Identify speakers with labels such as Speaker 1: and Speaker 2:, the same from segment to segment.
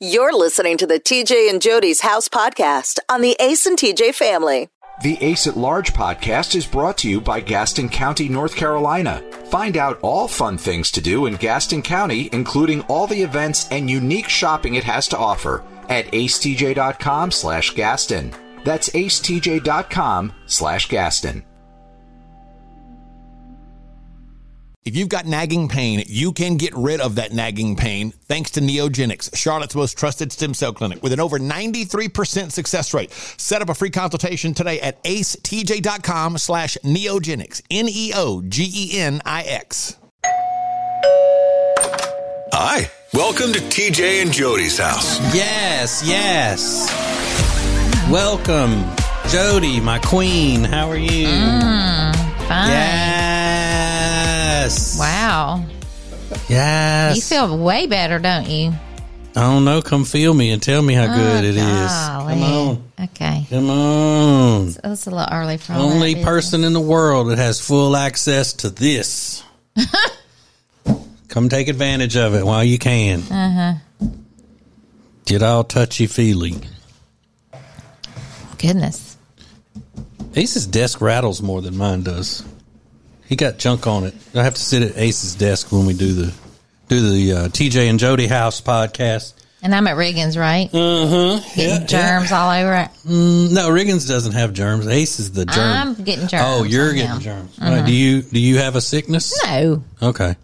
Speaker 1: You're listening to the TJ and Jody's House podcast on the Ace and TJ family.
Speaker 2: The Ace at Large podcast is brought to you by Gaston County, North Carolina. Find out all fun things to do in Gaston County, including all the events and unique shopping it has to offer at acetj.com slash Gaston. That's acetj.com slash Gaston.
Speaker 3: If you've got nagging pain, you can get rid of that nagging pain thanks to Neogenics, Charlotte's most trusted stem cell clinic with an over 93% success rate. Set up a free consultation today at acetj.com slash neogenics, E N-E-O-G-E-N-I-X.
Speaker 4: Hi, welcome to TJ and Jody's house.
Speaker 5: Yes, yes. Welcome, Jody, my queen. How are you?
Speaker 6: Fine.
Speaker 5: Yes.
Speaker 6: Wow.
Speaker 5: Yes.
Speaker 6: You feel way better, don't you?
Speaker 5: I don't know. Come feel me and tell me how good it is.
Speaker 6: Oh,
Speaker 5: Come on.
Speaker 6: Okay.
Speaker 5: Come on.
Speaker 6: That's a little early for all Oh, that
Speaker 5: Only
Speaker 6: business.
Speaker 5: person in the world that has full access to this. Come take advantage of it while you can. Uh-huh. Get all touchy feely.
Speaker 6: Goodness.
Speaker 5: Ace's desk rattles more than mine does. He got junk on it. I have to sit at Ace's desk when we do the do the uh, TJ and Jody House podcast.
Speaker 6: And I'm at Riggins, right?
Speaker 5: Uh huh.
Speaker 6: Getting germs all over it.
Speaker 5: No, Riggins doesn't have germs. Ace is the germ.
Speaker 6: I'm getting germs.
Speaker 5: Oh, you're
Speaker 6: on
Speaker 5: getting
Speaker 6: him.
Speaker 5: germs. All right. Do you do you have a sickness?
Speaker 6: No.
Speaker 5: Okay.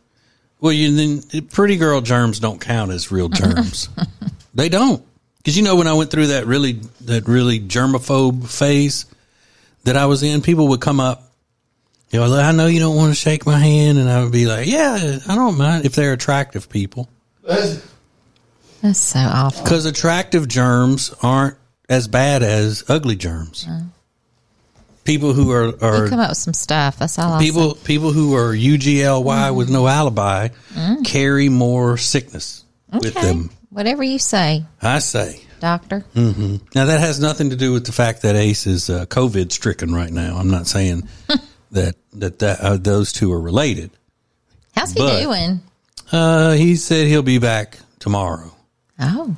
Speaker 5: Well, you then pretty girl germs don't count as real germs. they don't, because you know when I went through that really that really germaphobe phase that I was in, people would come up. You know, like, I know you don't want to shake my hand, and I would be like, "Yeah, I don't mind if they're attractive people,
Speaker 6: That's so awful.
Speaker 5: because attractive germs aren't as bad as ugly germs." People who are are
Speaker 6: You come up with Mm. some stuff. That's all I'll
Speaker 5: people people who are UGLY with no alibi
Speaker 6: Mm.
Speaker 5: carry more sickness with
Speaker 6: say.
Speaker 5: them.
Speaker 6: Whatever you say,
Speaker 5: I say.
Speaker 6: doctor.
Speaker 5: Mm. Now that has nothing to do with the fact that Ace is uh, COVID stricken right now. I'm not saying that that, that uh, those two are related.
Speaker 6: How's he
Speaker 5: But-
Speaker 6: doing?
Speaker 5: Uh, he said he'll be back tomorrow,
Speaker 6: Oh,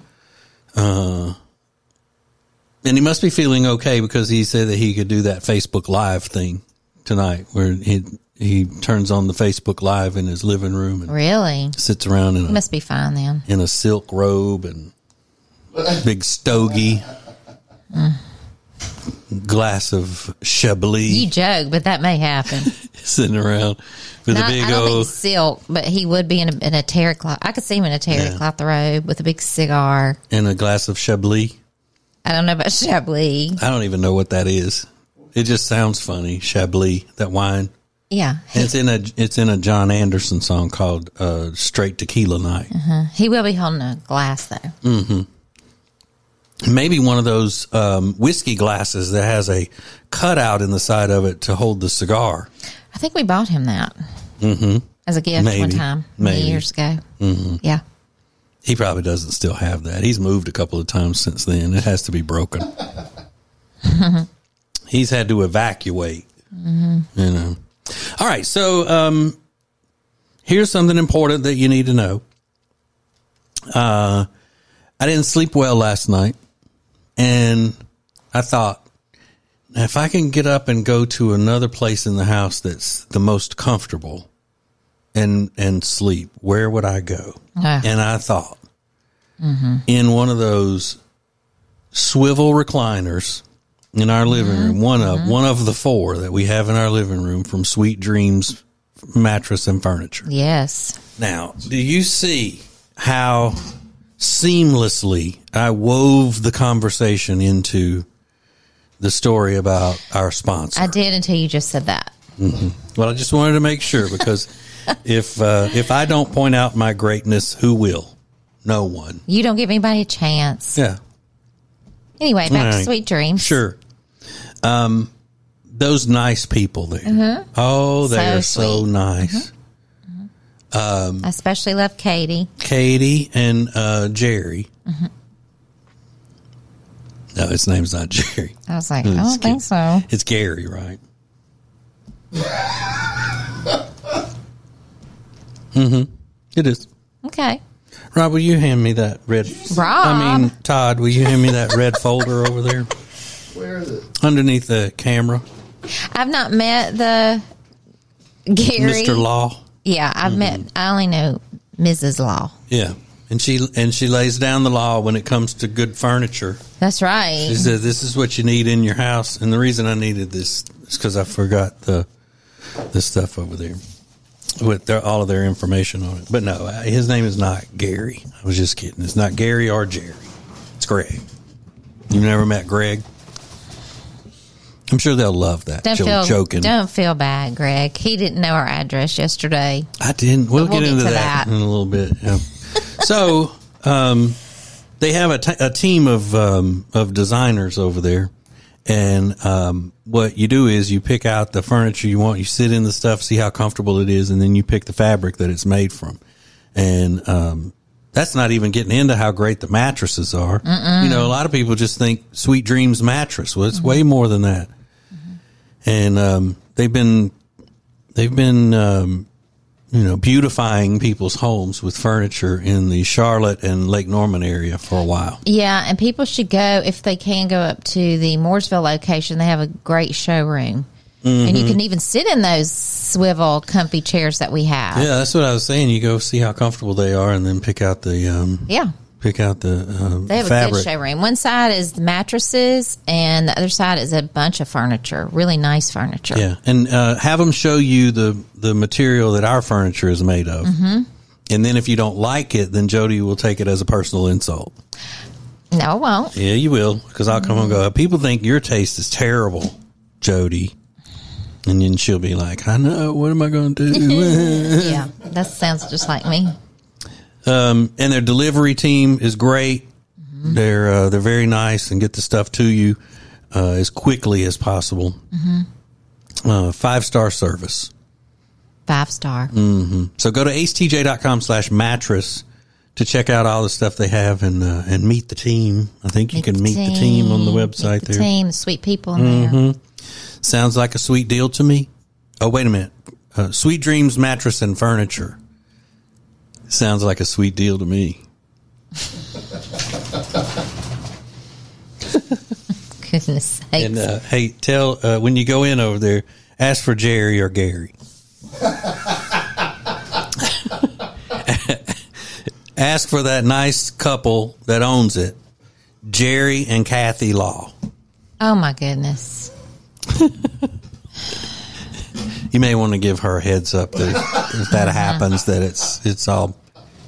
Speaker 5: and he must be feeling okay because he said that he could do that Facebook Live thing tonight, where he he turns on the Facebook Live in his living room and
Speaker 6: really?
Speaker 5: sits around in a
Speaker 6: He must be fine then.
Speaker 5: in a silk robe and big stogie, glass of
Speaker 6: You
Speaker 5: Chablis,
Speaker 6: joke, but that may happen.
Speaker 5: sitting around with
Speaker 6: Not,
Speaker 5: a big
Speaker 6: I don't
Speaker 5: old.
Speaker 6: think silk, but he would be in a, in a terry cloth. I could see him in a terry
Speaker 5: Yeah.
Speaker 6: cloth robe with a big cigar.
Speaker 5: and a glass of Chablis.
Speaker 6: I don't know about Chablis.
Speaker 5: I don't even know what that is. It just sounds funny, Chablis, that wine.
Speaker 6: Yeah, he,
Speaker 5: And it's in a it's in a John Anderson song called uh, "Straight Tequila Night."
Speaker 6: he will be holding a glass though.
Speaker 5: Mm. maybe one of those um, whiskey glasses that has a cutout in the side of it to hold the cigar.
Speaker 6: I think we bought him that mm-hmm. as a gift one
Speaker 5: Maybe.
Speaker 6: time
Speaker 5: Maybe.
Speaker 6: many years ago. Mm-hmm. Yeah,
Speaker 5: He probably doesn't still have that. He's moved a couple of times since then. It has to be broken. He's had to evacuate. You know. All right. So um, here's something important that you need to know. Uh, I didn't sleep well last night, and I thought if I can get up and go to another place in the house that's the most comfortable, and and sleep, where would I go?
Speaker 6: Ah.
Speaker 5: And I thought in one of those swivel recliners in our living room, one of one of the four that we have in our living room from Sweet Dreams mattress and furniture.
Speaker 6: yes,
Speaker 5: Now, do you see how seamlessly I wove the conversation into the story about our sponsor?
Speaker 6: I did until you just said that.
Speaker 5: Well, I just wanted to make sure because if uh, if I don't point out my greatness, who will? No one.
Speaker 6: You don't give anybody a chance.
Speaker 5: Yeah,
Speaker 6: Anyway, back
Speaker 5: All
Speaker 6: to
Speaker 5: right.
Speaker 6: sweet dreams.
Speaker 5: sure. Um, those nice people there. Oh, they
Speaker 6: Mm-hmm. So
Speaker 5: are so
Speaker 6: sweet. Mm-hmm.
Speaker 5: nice.
Speaker 6: I especially love Katie.
Speaker 5: Katie and uh, Jerry.
Speaker 6: Mm-hmm.
Speaker 5: No, his name's not Jerry.
Speaker 6: I was like, I don't think so.
Speaker 5: It's Gary, right? mm-hmm. It is. Mm-hmm.
Speaker 6: Okay,
Speaker 5: Rob, will you hand me that red?
Speaker 6: Rob?
Speaker 5: I mean, Todd, will you hand me that red folder over there?
Speaker 7: Where is it?
Speaker 5: Underneath the camera,
Speaker 6: I've not met the Gary.
Speaker 5: Mr. Law.
Speaker 6: Yeah, I've
Speaker 5: Mm-hmm.
Speaker 6: met. I only know Mrs. Law.
Speaker 5: Yeah. And she and she lays down the law when it comes to good furniture.
Speaker 6: That's right.
Speaker 5: She said, "This is what you need in your house." And the reason I needed this is because I forgot the the stuff over there with their, all of their information on it. But no, I- his name is not Gary. I was just kidding. It's not Gary or Jerry. It's Greg. You've never met Greg. I'm sure they'll love that.
Speaker 6: don't
Speaker 5: Joke-
Speaker 6: feel
Speaker 5: joking.
Speaker 6: Don't feel bad, Greg. He didn't know our address yesterday.
Speaker 5: I didn't. We'll,
Speaker 6: But we'll
Speaker 5: get,
Speaker 6: get
Speaker 5: into
Speaker 6: to that.
Speaker 5: that, in a little bit. yeah. so, um, they have a, t- a team of um, of designers over there, and um, what you do is you pick out the furniture you want. You sit in the stuff, see how comfortable it is, and then you pick the fabric that it's made from. And um, that's not even getting into how great the mattresses are. You know, a lot of people just think Sweet Dreams mattress. Well, it's
Speaker 6: Mm-hmm.
Speaker 5: way more than that. And um, they've been they've been um, you know beautifying people's homes with furniture in the Charlotte and Lake Norman area for a while.
Speaker 6: Yeah, and people should go if they can go up to the Mooresville location. They have a great showroom, and
Speaker 5: Mm-hmm.
Speaker 6: you can even sit in those swivel, comfy chairs that we have.
Speaker 5: Yeah, that's what I was saying. You go see how comfortable they are, and then pick out the um,
Speaker 6: Yeah.
Speaker 5: pick out the um,
Speaker 6: They have a
Speaker 5: fabric.
Speaker 6: good showroom. One side is the mattresses, and the other side is a bunch of furniture, really nice furniture.
Speaker 5: yeah, and uh, have them show you the the material that our furniture is made of. Mm-hmm. And then if you don't like it, then Jody will take it as a personal insult.
Speaker 6: No, it won't.
Speaker 5: Yeah, you will, because I'll come and go. People think your taste is terrible, Jody. And then she'll be like, I know, what am I going to do?
Speaker 6: yeah, that sounds just like me.
Speaker 5: and their delivery team is great. They're uh, they're very nice and get the stuff to you uh, as quickly as possible. Uh, Five star service.
Speaker 6: Five star.
Speaker 5: So go to acetj.com slash mattress to check out all the stuff they have and uh, and meet the team. I think you can meet the team on the
Speaker 6: Meet
Speaker 5: website
Speaker 6: the
Speaker 5: there. Mm-hmm.
Speaker 6: Team, the sweet people in there.
Speaker 5: Sounds like a sweet deal to me. Oh, wait a minute. Uh, sweet Dreams Mattress and Furniture. Sounds like a sweet deal to me.
Speaker 6: Goodness sakes.
Speaker 5: And uh, hey, tell uh, when you go in over there, ask for Jerry or Gary. ask for that nice couple that owns it, Jerry and Kathy Law.
Speaker 6: oh my goodness.
Speaker 5: You may want to give her a heads up that if, that happens, that it's it's all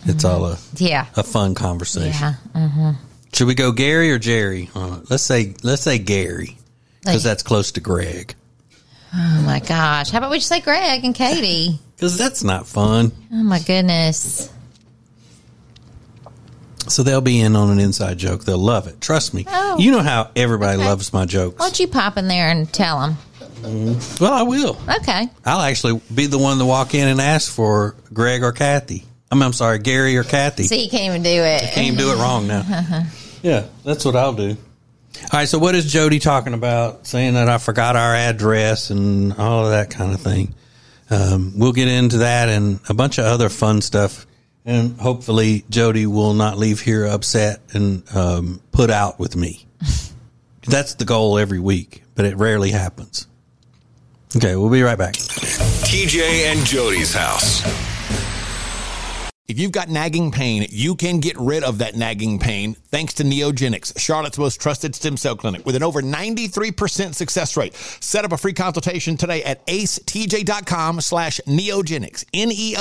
Speaker 5: it's all a
Speaker 6: Yeah.
Speaker 5: a fun conversation.
Speaker 6: Yeah.
Speaker 5: Should we go Gary or Jerry? Uh, let's say let's say Gary because
Speaker 6: Hey.
Speaker 5: that's close to Greg.
Speaker 6: Oh my gosh. How about we just say Greg and Katie?
Speaker 5: Because that's not fun.
Speaker 6: Oh my goodness.
Speaker 5: So they'll be in on an inside joke. They'll love it. Trust me.
Speaker 6: Oh.
Speaker 5: You know how everybody loves my jokes.
Speaker 6: Why don't you pop in there and tell them?
Speaker 5: Well, I will.
Speaker 6: Okay.
Speaker 5: I'll actually be the one to walk in and ask for Greg or Kathy. I'm, I'm sorry, Gary or Kathy.
Speaker 6: See, you can't even do it.
Speaker 5: Can't even do it wrong now. yeah, that's what I'll do. All right. So what is Jody talking about? Saying that I forgot our address and all of that kind of thing. Um, we'll get into that and a bunch of other fun stuff. And hopefully Jody will not leave here upset and um, put out with me. That's the goal every week, but it rarely happens. Okay, we'll be right back.
Speaker 4: TJ and Jody's house.
Speaker 3: If you've got nagging pain, you can get rid of that nagging pain thanks to Neogenics, Charlotte's most trusted stem cell clinic with an over 93% success rate. Set up a free consultation today at acetj.com slash neogenics, E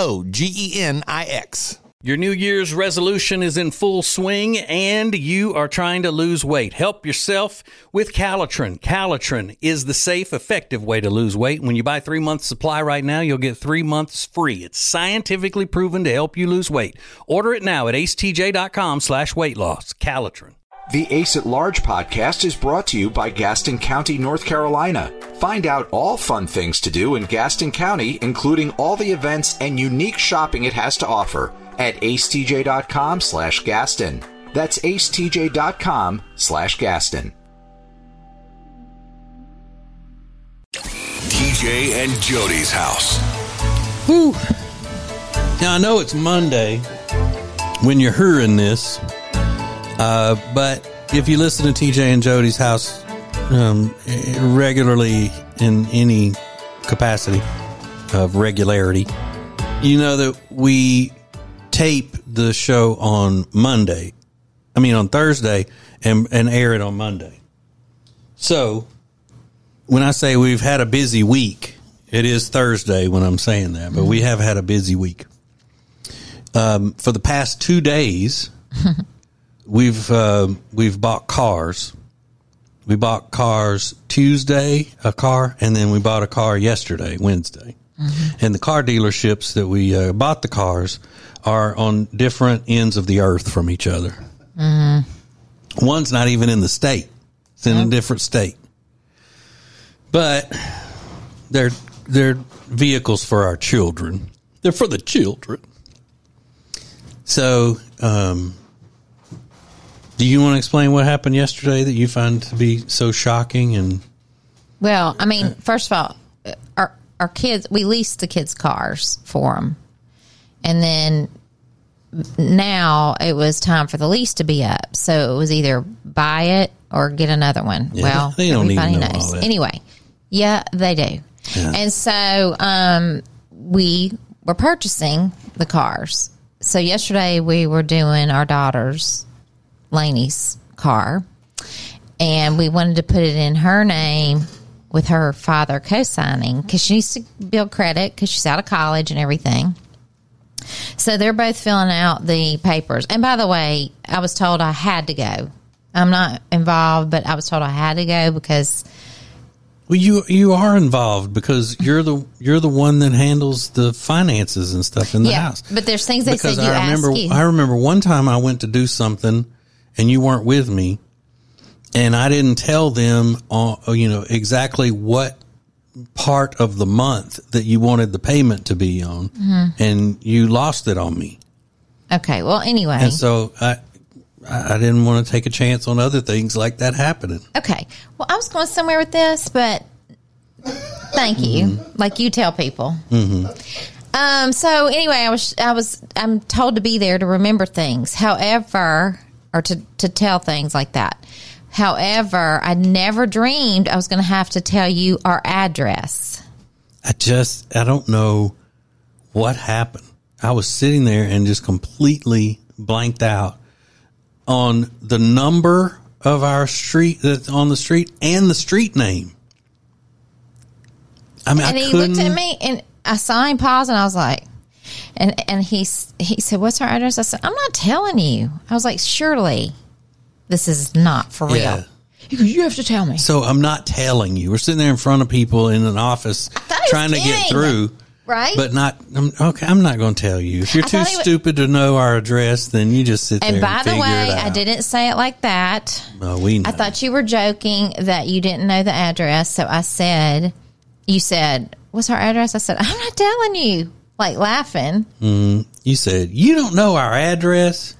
Speaker 3: N-E-O-G-E-N-I-X.
Speaker 8: Your New Year's resolution is in full swing and you are trying to lose weight. Help yourself with Calitrin. Calitrin is the safe, effective way to lose weight. When you buy three months supply right now, you'll get three months free. It's scientifically proven to help you lose weight. Order it now at acetj.com slash weight loss. Calitrin.
Speaker 2: The Ace at Large podcast is brought to you by Gaston County, North Carolina. Find out all fun things to do in Gaston County, including all the events and unique shopping it has to offer at acetj.com slash Gaston. That's acetj.com slash Gaston.
Speaker 4: TJ and Jody's house.
Speaker 5: Now I know it's Monday,
Speaker 9: when you're hearing this. Uh, but if you listen to TJ and Jody's house um, regularly in any capacity of regularity, you know that we tape the show on Monday. I mean, on Thursday and, and air it on Monday. So when I say we've had a busy week, it is Thursday when I'm saying that, but we have had a busy week. Um, for the past two days, we've uh, we've bought cars. We bought cars Tuesday, a car, and then we bought a car yesterday, Wednesday. And the car dealerships that we uh, bought the cars are on different ends of the earth from each other. One's not even in the state; it's in a different state. But they're they're vehicles for our children. They're for the children. So, um, do you want to explain what happened yesterday that you find to be so shocking? And
Speaker 6: Well, I mean, first of all, uh, our our kids we leased the kids cars for them, and then now it was time for the lease to be up, so it was either buy it or get another one. well,
Speaker 9: they don't need to
Speaker 6: everybody
Speaker 9: know all
Speaker 6: knows
Speaker 9: that.
Speaker 6: anyway. Yeah, they do, and so um, we were purchasing the cars. So yesterday we were doing our daughter's Laney's car and we wanted to put it in her name with her father co-signing because she needs to build credit because she's out of college and everything. So they're both filling out the papers. And by the way, I was told I had to go. I'm not involved, but I was told I had to go because
Speaker 9: well, you you are involved because you're the you're the one that handles the finances and stuff in the
Speaker 6: yeah.
Speaker 9: house.
Speaker 6: But there's things they said
Speaker 9: because
Speaker 6: you
Speaker 9: I remember
Speaker 6: ask you.
Speaker 9: I remember one time I went to do something and you weren't with me and I didn't tell them uh, you know exactly what part of the month that you wanted the payment to be on
Speaker 6: Mm-hmm.
Speaker 9: and you lost it on me
Speaker 6: okay. Well, anyway.
Speaker 9: and so I I I didn't want to take a chance on other things like that happening
Speaker 6: Okay. Well, I was going somewhere with this, but thank you.
Speaker 9: Mm-hmm.
Speaker 6: Like you tell people. Mm-hmm. Um. So anyway, I was I was I'm told to be there to remember things. However, or to to tell things like that. However, I never dreamed I was going to have to tell you our address.
Speaker 9: I just I don't know what happened. I was sitting there and just completely blanked out on the number of our street that's on the street and the street name. I mean,
Speaker 6: And
Speaker 9: I
Speaker 6: he
Speaker 9: couldn't.
Speaker 6: looked at me, and I saw him pause, and I was like, and and he s- he said, "What's our address?" I said, "I'm not telling you." I was like, "Surely, this is not for real."
Speaker 9: Yeah.
Speaker 6: He goes, You have to tell me.
Speaker 9: So I'm not telling you. We're sitting there in front of people in an office
Speaker 6: thought he was
Speaker 9: trying to get
Speaker 6: kidding.
Speaker 9: through.
Speaker 6: Right?
Speaker 9: But not I'm, okay. I'm not going to tell you. If you're
Speaker 6: I
Speaker 9: too
Speaker 6: thought he wa-
Speaker 9: stupid to know our address, then you just sit there.
Speaker 6: and
Speaker 9: And,
Speaker 6: by the
Speaker 9: figure it
Speaker 6: way,
Speaker 9: out.
Speaker 6: I didn't say it like that.
Speaker 9: No, we. Know.
Speaker 6: I thought you were joking that you didn't know the address. So I said, You said, What's our address? I said, I'm not telling you. Like laughing.
Speaker 9: you said you don't know our address.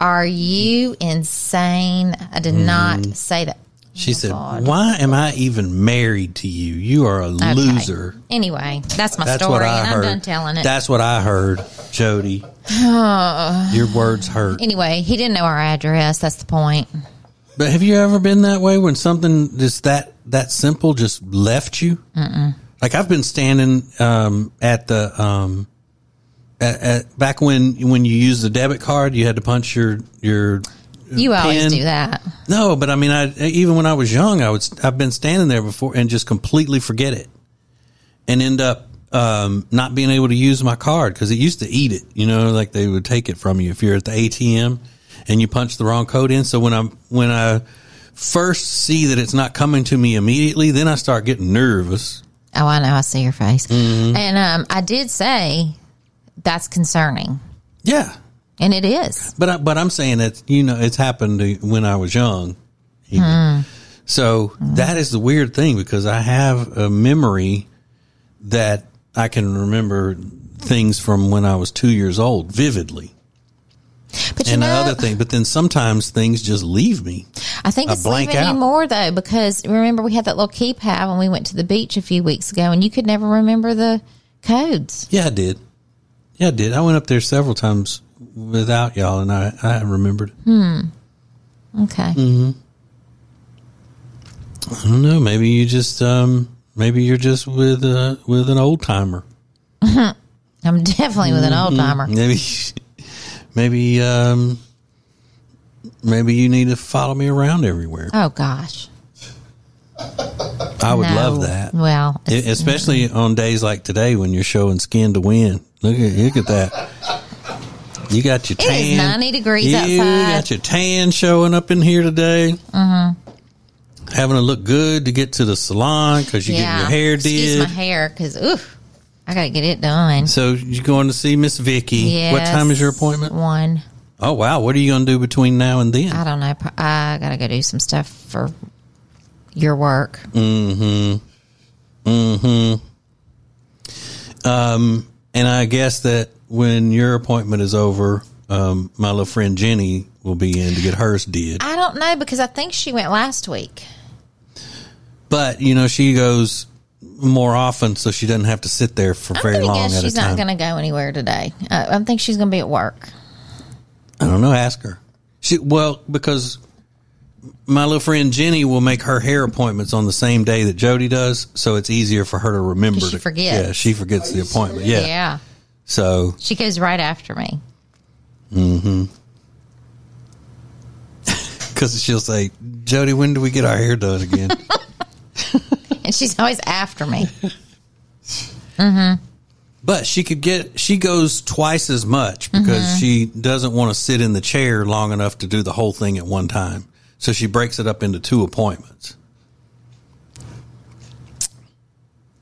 Speaker 6: Are you insane? I
Speaker 9: Mm-hmm.
Speaker 6: did not say that.
Speaker 9: She said, "Why am I even married to you? You are a
Speaker 6: Okay.
Speaker 9: loser."
Speaker 6: Anyway, that's my
Speaker 9: That's
Speaker 6: story,
Speaker 9: what I
Speaker 6: and
Speaker 9: heard.
Speaker 6: I'm done telling it.
Speaker 9: That's what I heard, Jody. Your words hurt.
Speaker 6: anyway, he didn't know our address. That's the point.
Speaker 9: But have you ever been that way when something just that that simple just left you? Mm-mm. Like I've been standing um, at the um, at, at, back when when you used the debit card, you had to punch your your
Speaker 6: You always
Speaker 9: Pen.
Speaker 6: do that.
Speaker 9: No, but I mean, I even when I was young, I was I've been standing there before and just completely forget it, and end up um, not being able to use my card because it used to eat it. You know, like they would take it from you if you're at the ATM and you punch the wrong code in. So when I when I first see that it's not coming to me immediately, then I start getting nervous.
Speaker 6: Oh, I know. I see your face.
Speaker 9: Mm-hmm.
Speaker 6: And um, I did say that's concerning.
Speaker 9: Yeah,
Speaker 6: And it is.
Speaker 9: But I, but I'm saying that you know it's happened to, when I was young. you know.
Speaker 6: Hmm.
Speaker 9: So that is the weird thing because I have a memory that I can remember things from when I was two years old vividly,
Speaker 6: But you
Speaker 9: and
Speaker 6: know,
Speaker 9: another thing. But then sometimes things just leave me.
Speaker 6: I think
Speaker 9: I
Speaker 6: it's
Speaker 9: blank
Speaker 6: leaving
Speaker 9: out.
Speaker 6: you more though, because remember we had that little keypad when we went to the beach a few weeks ago, and you could never remember the codes.
Speaker 9: Yeah, I did. Yeah, I did. I went up there several times without y'all, and I, I remembered.
Speaker 6: Okay.
Speaker 9: Mm-hmm. I don't know. Maybe you just um, maybe you're just with uh, with an old timer.
Speaker 6: I'm definitely with an
Speaker 9: Mm-hmm.
Speaker 6: old timer.
Speaker 9: Maybe maybe um, maybe you need to follow me around everywhere.
Speaker 6: Oh gosh.
Speaker 9: I would
Speaker 6: No.
Speaker 9: love that.
Speaker 6: Well,
Speaker 9: E- especially on days like today when you're showing skin to win. Look at look at that. You got your
Speaker 6: It
Speaker 9: tan.
Speaker 6: is 90 degrees
Speaker 9: you
Speaker 6: outside.
Speaker 9: got your tan showing up in here today.
Speaker 6: Mm-hmm.
Speaker 9: Having to look good to get to the salon because you get your hair
Speaker 6: Excuse
Speaker 9: did.
Speaker 6: my hair because oof, I gotta get it done.
Speaker 9: So you're going to see Miss Vicky. What time is your
Speaker 6: Yes,
Speaker 9: appointment?
Speaker 6: One.
Speaker 9: Oh wow! What are you going to do between now and then?
Speaker 6: I don't know. Pro- I gotta go do some stuff for your work.
Speaker 9: Mm. And I guess that when your appointment is over, um, my little friend Jenny will be in to get hers did.
Speaker 6: I don't know because I think she went last week.
Speaker 9: But you know, she goes more often, so she doesn't have to sit there for
Speaker 6: I'm
Speaker 9: very
Speaker 6: gonna
Speaker 9: long
Speaker 6: guess
Speaker 9: at a
Speaker 6: she's not
Speaker 9: time.
Speaker 6: gonna go anywhere today. Uh, I think she's gonna be at work.
Speaker 9: I don't know. Ask her. She well because my little friend Jenny will make her hair appointments on the same day that Jody does, so it's easier for her to remember.
Speaker 6: 'Cause she
Speaker 9: to-
Speaker 6: forgets.
Speaker 9: Yeah, she forgets the appointment.
Speaker 6: Yeah.
Speaker 9: Yeah. So
Speaker 6: she goes right after me.
Speaker 9: because she'll say, Jody, when do we get our hair done again?
Speaker 6: And she's always after me.
Speaker 9: But she could get she goes twice as much because
Speaker 6: Mm-hmm.
Speaker 9: she doesn't want to sit in the chair long enough to do the whole thing at one time. So she breaks it up into two appointments.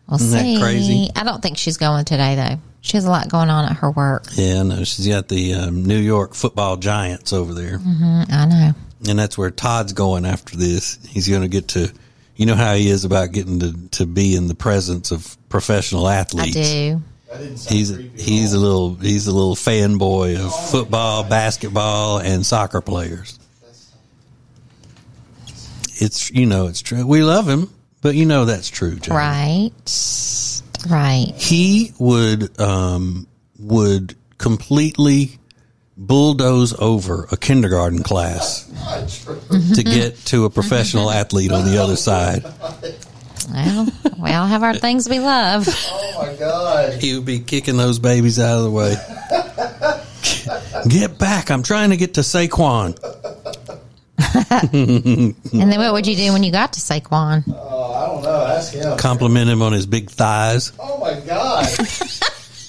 Speaker 6: We'll
Speaker 9: Isn't that
Speaker 6: see.
Speaker 9: crazy?
Speaker 6: I don't think she's going today though. She has a lot going on at her work.
Speaker 9: Yeah, I know. uh, She's got the um, New York football giants over there.
Speaker 6: Mm, I know.
Speaker 9: And that's where Todd's going after this. He's going to get to, you know how he is about getting to, to be in the presence of professional
Speaker 6: I
Speaker 9: athletes.
Speaker 6: do.
Speaker 9: He's he's a little he's a little fanboy of football, basketball, and soccer players. It's you know it's true. We love him, but you know that's true, Jay.
Speaker 6: Right. Right.
Speaker 9: He would um would completely bulldoze over a kindergarten class to get to a professional athlete on the other side.
Speaker 6: Well, we all have our things we love.
Speaker 9: He would be kicking those babies out of the way. Get back! I'm trying to get to Saquon.
Speaker 6: And then what would you do when you got to Saquon?
Speaker 10: Oh, I don't know. Ask him.
Speaker 9: compliment him on his big thighs.
Speaker 10: Oh my god.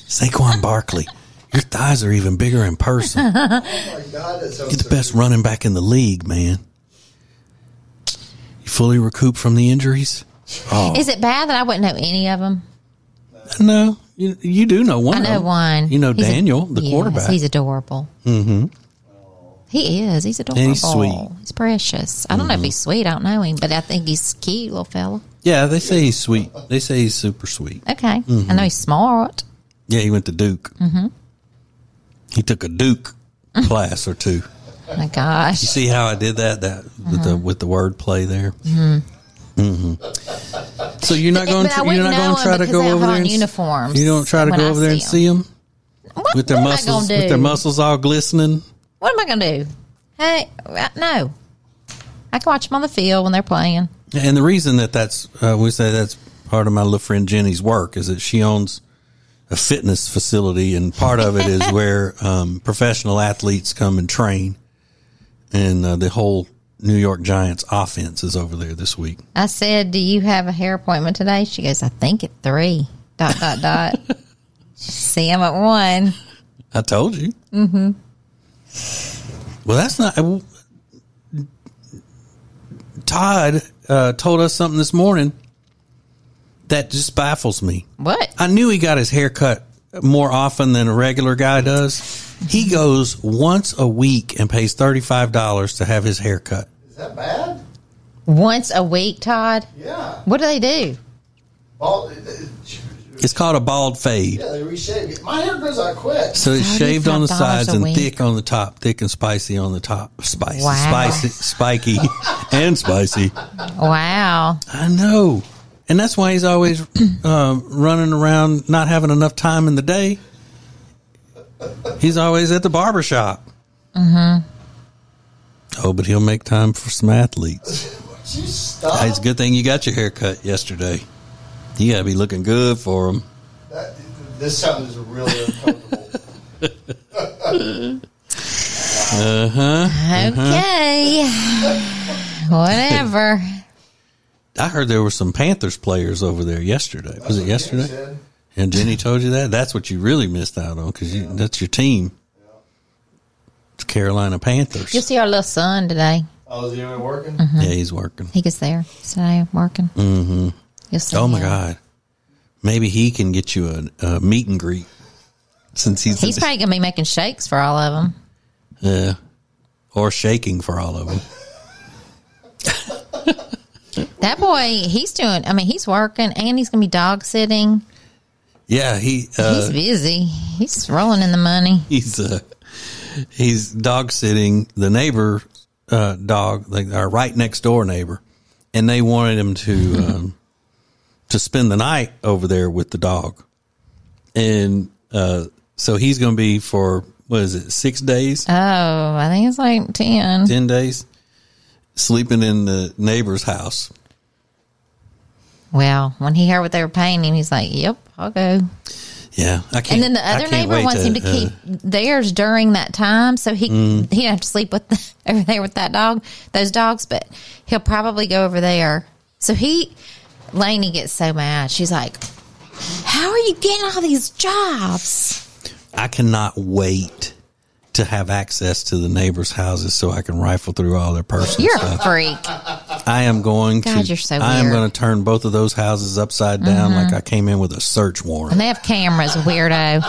Speaker 9: Saquon Barkley, your thighs are even bigger in person. You're
Speaker 10: Oh my god. That sounds
Speaker 9: the best running back in the league, man. You fully recouped from the injuries? Oh.
Speaker 6: Is it bad that I wouldn't know any of them?
Speaker 9: No, you, you do know one.
Speaker 6: I know
Speaker 9: of 'em.
Speaker 6: one.
Speaker 9: You know
Speaker 6: He's a-
Speaker 9: Daniel, the
Speaker 6: Yes,
Speaker 9: quarterback.
Speaker 6: He's adorable. Mm-hmm. He is. He's adorable.
Speaker 9: he's sweet. Mm-hmm.
Speaker 6: He's precious. I don't know if he's sweet. I don't know him, but I think he's cute, little fella.
Speaker 9: yeah, they say he's sweet. They say he's super sweet.
Speaker 6: Okay.
Speaker 9: Mm-hmm.
Speaker 6: I know he's smart.
Speaker 9: Yeah, he went to Duke. Mm-hmm. He took a Duke class or two.
Speaker 6: Oh my gosh.
Speaker 9: See how I did that? That with
Speaker 6: Mm-hmm.
Speaker 9: the with the word play there. Mm-hmm. So you're not going.
Speaker 6: But I
Speaker 9: To,
Speaker 6: wouldn't
Speaker 9: you're not
Speaker 6: know
Speaker 9: going to
Speaker 6: 'em
Speaker 9: try to
Speaker 6: because
Speaker 9: go
Speaker 6: they have
Speaker 9: over there.
Speaker 6: on
Speaker 9: and s-
Speaker 6: uniforms
Speaker 9: You don't try to
Speaker 6: when
Speaker 9: go
Speaker 6: I
Speaker 9: over there and
Speaker 6: see
Speaker 9: see them
Speaker 6: What,
Speaker 9: with their
Speaker 6: what
Speaker 9: muscles.
Speaker 6: am I gonna do?
Speaker 9: With their muscles all glistening.
Speaker 6: What am I going to do? Hey, uh, no. I can watch them on the field when they're playing.
Speaker 9: And the reason that that's uh, we say that's part of my little friend Jenny's work is that she owns a fitness facility, and part of it is where um, professional athletes come and train. And uh, the whole New York Giants offense is over there this week.
Speaker 6: I said, "Do you have a hair appointment today?" She goes, "I think at three. Dot dot dot. See him at one.
Speaker 9: I told you. Mm-hmm. Well, that's not. uh, well, Todd uh, told us something this morning that just baffles me.
Speaker 6: What?
Speaker 9: I knew he got his hair cut more often than a regular guy does. He goes once a week and pays thirty five dollars to have his hair cut.
Speaker 10: Is that bad?
Speaker 6: Once a week, Todd.
Speaker 10: Yeah.
Speaker 6: What do they do?
Speaker 10: Well,
Speaker 9: It's called a bald fade.
Speaker 10: yeah, they reshaved it. My hair grows out quick.
Speaker 9: So it's shaved on the
Speaker 6: $35
Speaker 9: sides
Speaker 6: a
Speaker 9: and
Speaker 6: week.
Speaker 9: thick on the top, thick and spicy on the top. Spicy,
Speaker 6: Wow.
Speaker 9: spicy, spiky, and spicy.
Speaker 6: Wow.
Speaker 9: I know. And that's why he's um, always uh, running around not having enough time in the day. He's always at the barber shop. Mm-hmm. Oh, but he'll make time for some athletes.
Speaker 10: Would you stop?
Speaker 9: Hey, it's a good thing you got your hair cut yesterday. You got to be looking good for him.
Speaker 10: That, this sound is really uncomfortable.
Speaker 6: Uh-huh. Okay. Whatever.
Speaker 9: I heard there were some Panthers players over there yesterday. Was it
Speaker 10: You
Speaker 9: yesterday?
Speaker 10: said,
Speaker 9: And Jenny told you that? That's what you really missed out on because that's your team. It's Carolina Panthers.
Speaker 6: You'll see our little son today.
Speaker 10: Oh, is he even working?
Speaker 9: Yeah, he's working.
Speaker 6: He gets there today working. Mm-hmm. You'll see
Speaker 9: Oh, my
Speaker 6: him.
Speaker 9: God. Maybe he can get you a, a meet and greet since he's,
Speaker 6: He's probably going to be making shakes for all of them.
Speaker 9: Yeah. Or shaking for all of them.
Speaker 6: That boy, he's doing, I mean, he's working and he's going to be dog sitting.
Speaker 9: Yeah, he uh,
Speaker 6: he's busy. He's rolling in the money.
Speaker 9: he's uh, he's dog sitting the neighbor uh, dog, like our right next door neighbor, and they wanted him to um, to spend the night over there with the dog, and uh, so he's going to be for what is it six days,
Speaker 6: Oh, I think it's like 10.
Speaker 9: ten days, sleeping in the neighbor's house.
Speaker 6: Well, when he heard what they were paying him, he's like, yep, I'll go.
Speaker 9: Yeah, I can't.
Speaker 6: And then the
Speaker 9: I
Speaker 6: other
Speaker 9: can't
Speaker 6: neighbor
Speaker 9: wait
Speaker 6: wants him to
Speaker 9: uh, Mm-hmm.
Speaker 6: keep theirs during that time, so he he don't have to sleep with over there with that dog, those dogs. But he'll probably go over there. So he, Lainey gets so mad. She's like, "How are you getting all these jobs?"
Speaker 9: I cannot wait to have access to the neighbors' houses so I can rifle through all their personal
Speaker 6: You're
Speaker 9: stuff.
Speaker 6: a freak.
Speaker 9: I am going to.
Speaker 6: God, you're so
Speaker 9: I am
Speaker 6: weird. Mm-hmm.
Speaker 9: going to turn both of those houses upside down like I came in with a search warrant.
Speaker 6: And they have cameras, weirdo.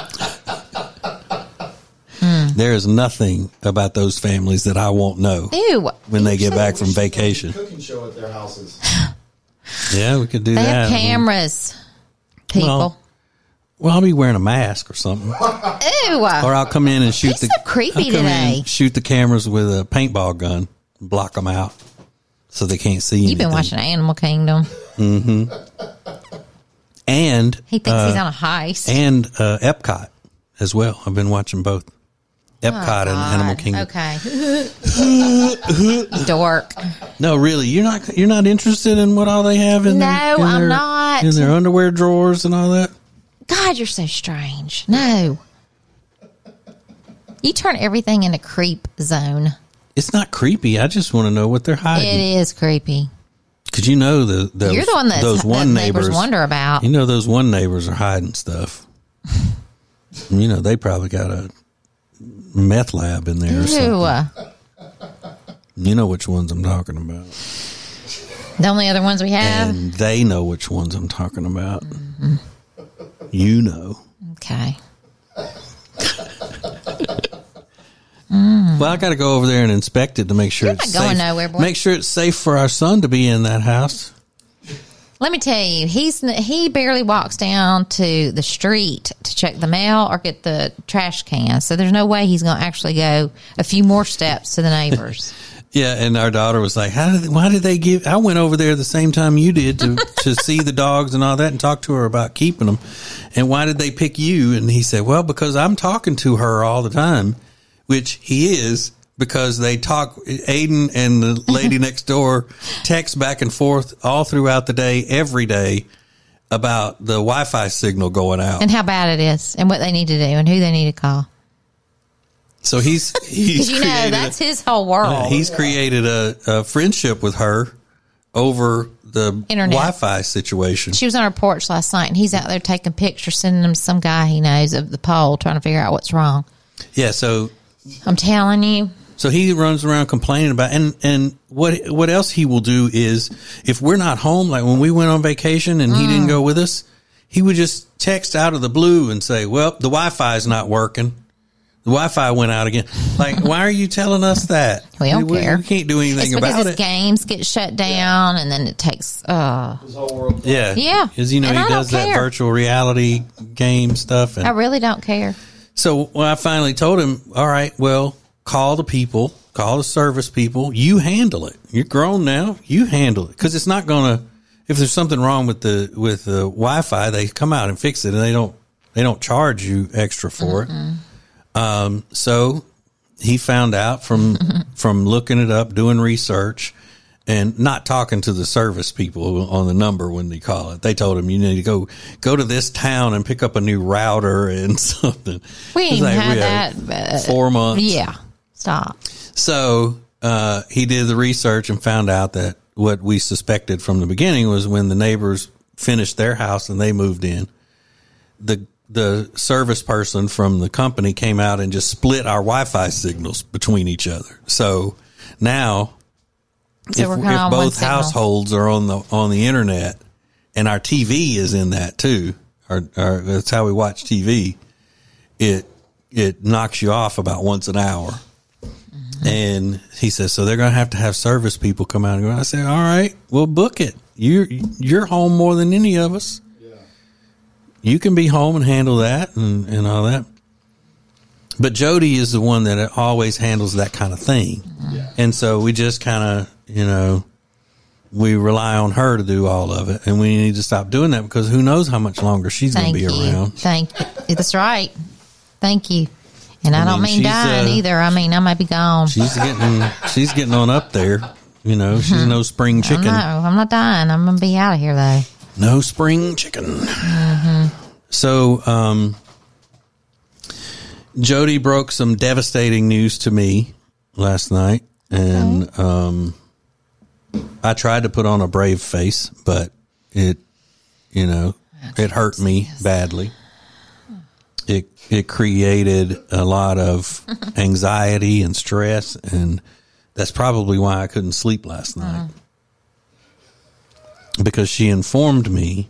Speaker 9: There is nothing about those families that I won't know
Speaker 6: Ew.
Speaker 9: when they get back from vacation.
Speaker 10: Cooking show at their houses.
Speaker 9: Yeah, we could do
Speaker 6: They have
Speaker 9: that.
Speaker 6: cameras. People.
Speaker 9: Well, well, I'll be wearing a mask or something, or
Speaker 6: Ew.
Speaker 9: I'll come in and shoot
Speaker 6: He's
Speaker 9: the
Speaker 6: so creepy
Speaker 9: I'll come in and
Speaker 6: today.
Speaker 9: shoot the cameras with a paintball gun, block them out so they can't see.
Speaker 6: You've been
Speaker 9: anything.
Speaker 6: watching Animal Kingdom.
Speaker 9: and
Speaker 6: He thinks
Speaker 9: uh,
Speaker 6: he's on a heist.
Speaker 9: and uh, Epcot as well. I've been watching both Epcot and Animal Kingdom.
Speaker 6: Oh, Okay. Dork.
Speaker 9: No, really, you're not you're not interested in what all they have in
Speaker 6: No,
Speaker 9: their, in
Speaker 6: I'm
Speaker 9: their-
Speaker 6: not.
Speaker 9: in their underwear drawers and all that.
Speaker 6: God, you're so strange. No. You turn everything into creep zone.
Speaker 9: It's not creepy. I just want to know what they're hiding
Speaker 6: It is creepy.
Speaker 9: because you know the those,
Speaker 6: You're the one that's,
Speaker 9: those one
Speaker 6: that neighbors,
Speaker 9: neighbors
Speaker 6: wonder about.
Speaker 9: You know those one neighbors are hiding stuff. you know they probably got a meth lab in there or
Speaker 6: Ew.
Speaker 9: something. You know which ones I'm talking about,
Speaker 6: The only other ones we have.
Speaker 9: and they know which ones I'm talking about.
Speaker 6: Mm-hmm.
Speaker 9: You know.
Speaker 6: Okay. Mm.
Speaker 9: Well, I got to go over there and inspect it to make sure
Speaker 6: You're
Speaker 9: it's
Speaker 6: not going
Speaker 9: safe.
Speaker 6: nowhere, boy.
Speaker 9: Make sure it's safe for our son to be in that house.
Speaker 6: Let me tell you, he's n- he barely walks down to the street to check the mail or get the trash can. So there's no way he's going to actually go a few more steps to the neighbors.
Speaker 9: Yeah, and our daughter was like, "How did? Why did they give?" I went over there the same time you did to to see the dogs and all that, and talk to her about keeping them. And why did they pick you? And he said, "Well, because I'm talking to her all the time," which he is because they talk. Aiden and the lady next door text back and forth all throughout the day, every day, about the Wi-Fi signal going out.
Speaker 6: and how bad it is and what they need to do and who they need to call.
Speaker 9: So he's he's
Speaker 6: Because you know,
Speaker 9: created
Speaker 6: that's his whole world.
Speaker 9: a, he's created a, a friendship with her over the
Speaker 6: Internet.
Speaker 9: Wi-Fi situation.
Speaker 6: she was on her porch last night and he's out there taking pictures, sending them to some guy he knows of the pole, trying to figure out what's wrong.
Speaker 9: Yeah, so
Speaker 6: I'm telling you.
Speaker 9: so he runs around complaining about and and what what else he will do is if we're not home, like when we went on vacation and he didn't
Speaker 6: Mm.
Speaker 9: go with us, he would just text out of the blue and say, "Well, the Wi-Fi is not working." The Wi-Fi went out again. Like, why are you telling us that?
Speaker 6: We don't care.
Speaker 9: We can't do anything
Speaker 6: It's because
Speaker 9: about
Speaker 6: his
Speaker 9: it.
Speaker 6: games get shut down and then it takes uh
Speaker 10: His whole world.
Speaker 9: Yeah.
Speaker 6: Yeah.
Speaker 9: Because, you know,
Speaker 6: And
Speaker 9: he
Speaker 6: I don't
Speaker 9: does that
Speaker 6: care.
Speaker 9: virtual reality game stuff. And
Speaker 6: I really don't care.
Speaker 9: so when I finally told him, all right, well, call the people, call the service people. You handle it. You're grown now. You handle it. Because it's not going to, if there's something wrong with the, with the Wi Fi, they come out and fix it and they don't, they don't charge you extra for it. Um, so he found out from from looking it up, doing research, and not talking to the service people on the number when they call it. They told him you need to go go to this town and pick up a new router and something.
Speaker 6: We
Speaker 9: It's
Speaker 6: ain't
Speaker 9: like,
Speaker 6: had
Speaker 9: had
Speaker 6: that. But
Speaker 9: four months.
Speaker 6: Uh, yeah. Stop.
Speaker 9: So uh, he did the research and found out that what we suspected from the beginning was when the neighbors finished their house and they moved in, the the service person from the company came out and just split our Wi-Fi signals between each other. So now,
Speaker 6: So
Speaker 9: if,
Speaker 6: we're
Speaker 9: if
Speaker 6: kinda on one
Speaker 9: both
Speaker 6: signal.
Speaker 9: households are on the on the internet and our TV is in that too, or, or that's how we watch TV, it it knocks you off about once an hour.
Speaker 6: Mm-hmm.
Speaker 9: And he says, so they're going to have to have service people come out and go. I said, all right, we'll book it. You're you're home more than any of us. You can be home and handle that and, and all that. But Jody is the one that always handles that kind of thing. And so we just kind of, you know, we rely on her to do all of it. And we need to stop doing that because who knows how much longer she's going
Speaker 6: Thank
Speaker 9: to be
Speaker 6: you.
Speaker 9: around.
Speaker 6: Thank you. That's right. Thank you. And I,
Speaker 9: I
Speaker 6: don't
Speaker 9: mean,
Speaker 6: mean
Speaker 9: she's,
Speaker 6: dying
Speaker 9: uh,
Speaker 6: either. I mean, I might be gone.
Speaker 9: She's getting she's getting on up there. You know, she's no spring
Speaker 6: No,
Speaker 9: chicken.
Speaker 6: Mm-hmm. I'm not dying. I'm going to be out of here, though.
Speaker 9: No spring chicken. So, um, Jody broke some devastating news to me last night, and um, I tried to put on a brave face, but it, you know, it hurt me badly. It it created a lot of anxiety and stress, and that's probably why I couldn't sleep last night because she informed me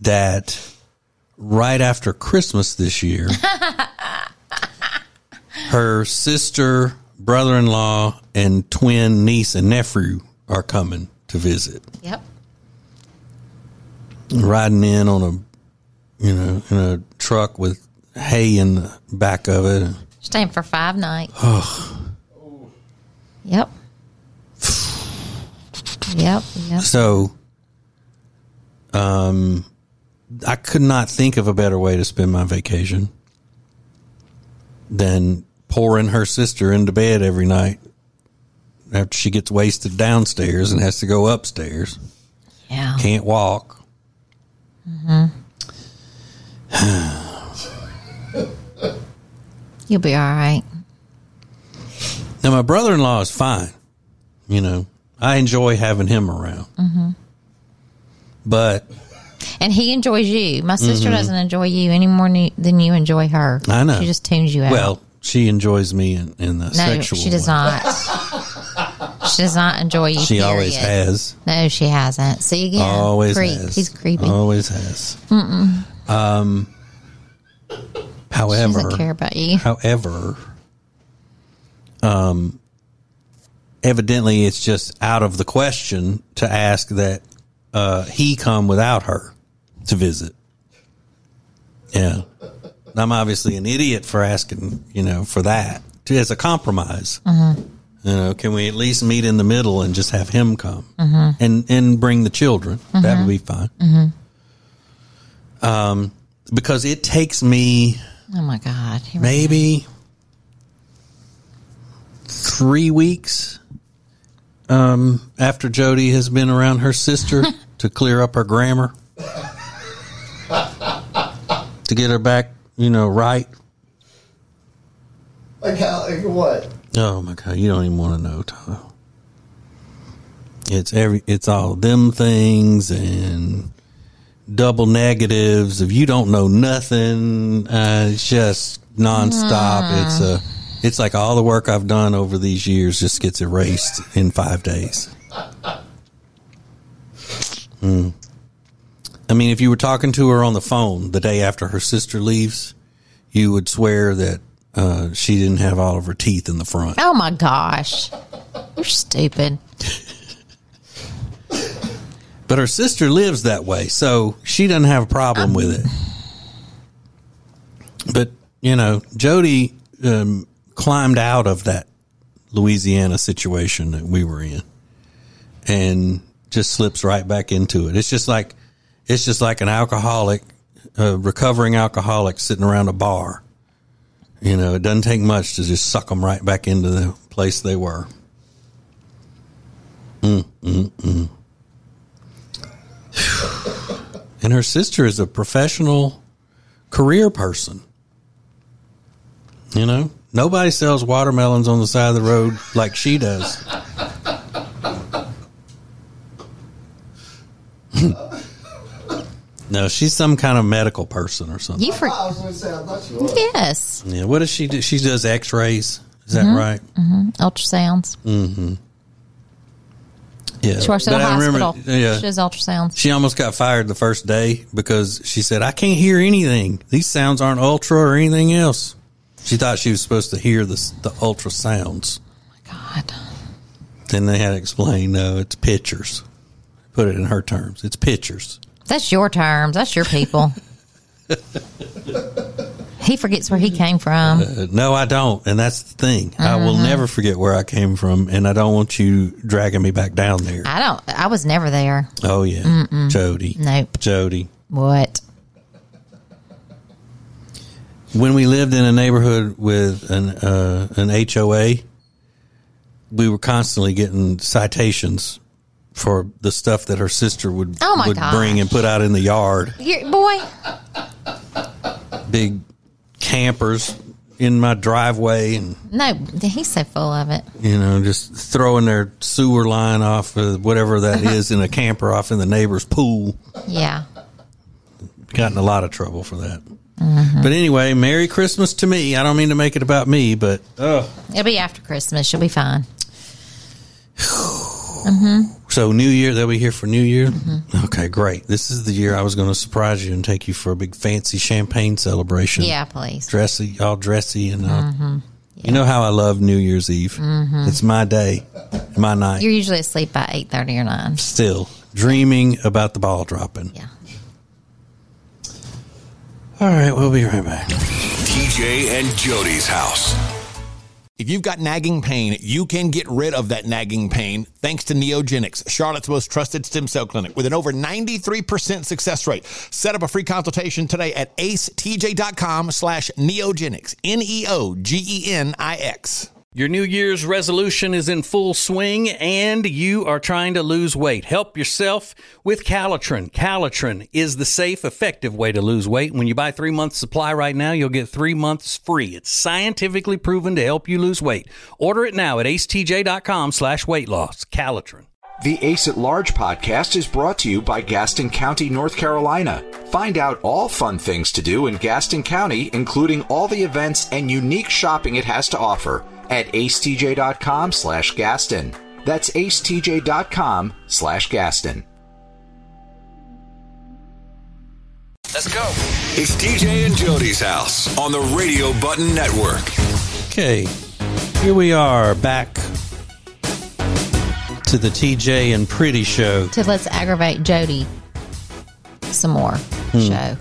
Speaker 9: that right after Christmas this year, her sister, brother in law, and twin niece and nephew are coming to visit,
Speaker 6: Yep.
Speaker 9: riding in on a, you know, in a truck with hay in the back of it.
Speaker 6: Staying for five nights. Yep. Yep. Yep.
Speaker 9: So, um, I could not think of a better way to spend my vacation than pouring her sister into bed every night after she gets wasted downstairs and has to go upstairs.
Speaker 6: Yeah.
Speaker 9: Can't walk.
Speaker 6: You'll be all right.
Speaker 9: Now, my brother in law is fine. You know, I enjoy having him around.
Speaker 6: Mm-hmm.
Speaker 9: But
Speaker 6: And he enjoys you. My sister doesn't enjoy you any more ni- than you enjoy her.
Speaker 9: Mm-hmm. I know.
Speaker 6: She just tunes you out.
Speaker 9: Well, she enjoys me in, in the
Speaker 6: no,
Speaker 9: sexual.
Speaker 6: she does
Speaker 9: way.
Speaker 6: not. she does not enjoy you.
Speaker 9: She always
Speaker 6: period.
Speaker 9: has.
Speaker 6: No, she hasn't. See again.
Speaker 9: Always
Speaker 6: creep.
Speaker 9: has.
Speaker 6: He's creepy.
Speaker 9: Always has. Um.
Speaker 6: She doesn't care
Speaker 9: However,
Speaker 6: about you.
Speaker 9: however, um, evidently it's just out of the question to ask that uh, he come without her to visit. Yeah, And I'm obviously an idiot for asking, you know, for that to, as a compromise. You know, can we at least meet in the middle and just have him come and and bring the children? That would be fine. Um, because it takes me
Speaker 6: Oh my God. Here we-
Speaker 9: maybe three weeks um, after Jody has been around her sister to clear up her grammar, to get her back, you know, right.
Speaker 10: Like how? Like what?
Speaker 9: Oh my god, you don't even want to know, Tyler. It's every it's all them things and double negatives. If you don't know nothing, uh, it's just nonstop. It's a it's like all the work I've done over these years just gets erased in five days. Hmm. I mean, if you were talking to her on the phone the day after her sister leaves, you would swear that uh, she didn't have all of her teeth in the front.
Speaker 6: Oh my gosh. You're stupid.
Speaker 9: But her sister lives that way, so she doesn't have a problem with it. But you know, Jody um, climbed out of that Louisiana situation that we were in, and just slips right back into it. It's just like uh, it's just like an alcoholic, a recovering alcoholic, sitting around a bar, You know, it doesn't take much to just suck them right back into the place they were. Mm, Mm-mm-mm. mm. And her sister is a professional career person. You know, nobody sells watermelons on the side of the road like she does. no, she's some kind of medical person or something.
Speaker 6: You for
Speaker 10: I was going to say, I thought you were.
Speaker 6: yes,
Speaker 9: Yeah, what does she do? She does X rays. Is
Speaker 6: Mm-hmm.
Speaker 9: that right?
Speaker 6: ultrasounds.
Speaker 9: Yeah,
Speaker 6: She works at
Speaker 9: But
Speaker 6: a
Speaker 9: I remember-
Speaker 6: hospital.
Speaker 9: yeah,
Speaker 6: She does ultrasounds.
Speaker 9: she almost got fired the first day because she said, "I can't hear anything. These sounds aren't ultra or anything else." She thought she was supposed to hear the s- the ultra sounds.
Speaker 6: God,
Speaker 9: Then they had to explain, "No, it's pictures." Put it in her terms. It's pictures.
Speaker 6: that's your terms. That's your people. he forgets where he came from.
Speaker 9: Uh, no, I don't, and that's the thing. I will
Speaker 6: Mm-hmm.
Speaker 9: never forget where I came from, and I don't want you dragging me back down there.
Speaker 6: I don't. I was never there.
Speaker 9: Oh yeah, Jody.
Speaker 6: Nope.
Speaker 9: Jody.
Speaker 6: What?
Speaker 9: when we lived in a neighborhood with an uh, an HOA, we were constantly getting citations for the stuff that her sister would
Speaker 6: Oh, my
Speaker 9: would
Speaker 6: gosh.
Speaker 9: bring and put out in the yard.
Speaker 6: You're, boy,
Speaker 9: Big campers in my driveway, and
Speaker 6: no. He's so full of it.
Speaker 9: you know, just throwing their sewer line off of whatever that
Speaker 6: Uh-huh.
Speaker 9: is in a camper off in the neighbor's pool.
Speaker 6: Yeah.
Speaker 9: Got in a lot of trouble for that.
Speaker 6: Mm-hmm.
Speaker 9: But anyway, Merry Christmas to me. I don't mean to make it about me, but
Speaker 6: It'll be after Christmas. She'll be fine.
Speaker 9: So New Year, they'll be here for New Year.
Speaker 6: Mm-hmm.
Speaker 9: Okay, great. This is the year I was going to surprise you and take you for a big fancy champagne celebration.
Speaker 6: Yeah, Mm-hmm. please.
Speaker 9: dressy, all dressy, and all. you know how I love New Year's Eve. It's my day, my night.
Speaker 6: Mm-hmm. You're usually asleep by eight thirty or nine.
Speaker 9: Still dreaming about the ball dropping.
Speaker 6: Yeah.
Speaker 9: All right, we'll be right back.
Speaker 4: TJ and Jody's house.
Speaker 3: If you've got nagging pain, you can get rid of that nagging pain thanks to Neogenics, Charlotte's most trusted stem cell clinic with an over 93% success rate. Set up a free consultation today at acetj.com slash neogenics, E N-E-O-G-E-N-I-X.
Speaker 11: Your New Year's resolution is in full swing and you are trying to lose weight. Help yourself with Calitrin. Calitrin is the safe, effective way to lose weight. When you buy three months supply right now, you'll get three months free. It's scientifically proven to help you lose weight. Order it now at acetj.com slash weight loss. Calitrin.
Speaker 2: The Ace at Large podcast is brought to you by Gaston County, North Carolina. Find out all fun things to do in Gaston County, including all the events and unique shopping it has to offer at acetj.com slash Gaston. That's acetj.com slash Gaston.
Speaker 4: It's TJ and Jody's house on the Radio Button Network.
Speaker 9: Okay, here we are back to the TJ and Pretty Show.
Speaker 6: To let's aggravate Jody some more.
Speaker 9: Hmm.
Speaker 6: Show.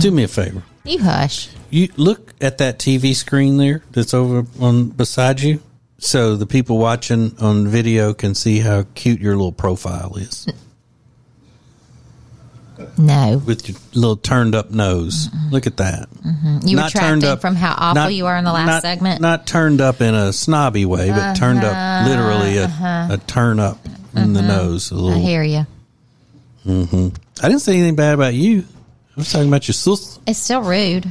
Speaker 9: Do me a favor.
Speaker 6: You hush.
Speaker 9: you look at that TV screen there that's over on beside you, so the people watching on video can see how cute your little profile is
Speaker 6: No.
Speaker 9: with your little turned up nose. Look at that.
Speaker 6: You retracting from how awful you were in the last
Speaker 9: not-
Speaker 6: segment.
Speaker 9: Not turned up in a snobby way, but turned up literally a, a turn up in the nose. A
Speaker 6: I
Speaker 9: little.
Speaker 6: hear you.
Speaker 9: I didn't say anything bad about you. I was talking about your sister.
Speaker 6: It's still rude.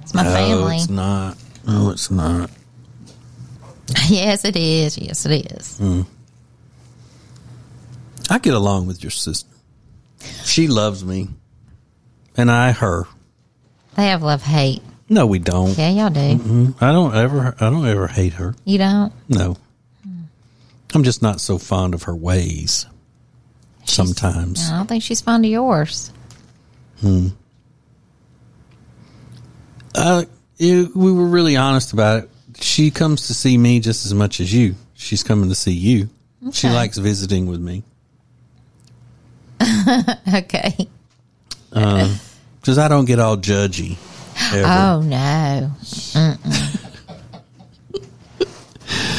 Speaker 6: It's my
Speaker 9: No,
Speaker 6: family.
Speaker 9: it's not. No, it's not.
Speaker 6: Yes, it is. Yes, it is.
Speaker 9: I get along with your sister. She loves me, and I her.
Speaker 6: They have love hate.
Speaker 9: No, we don't.
Speaker 6: Yeah, y'all do.
Speaker 9: I don't ever. I don't ever hate her.
Speaker 6: You don't.
Speaker 9: No, I'm just not so fond of her ways. Sometimes
Speaker 6: I don't think she's fond of yours.
Speaker 9: uh, it- we were really honest about it. She comes to see me just as much as you. She's coming to see you. She
Speaker 6: Okay.
Speaker 9: likes visiting with me
Speaker 6: Okay.
Speaker 5: Um,
Speaker 9: because I don't get all judgy. ever.
Speaker 6: Oh no. Mm-mm.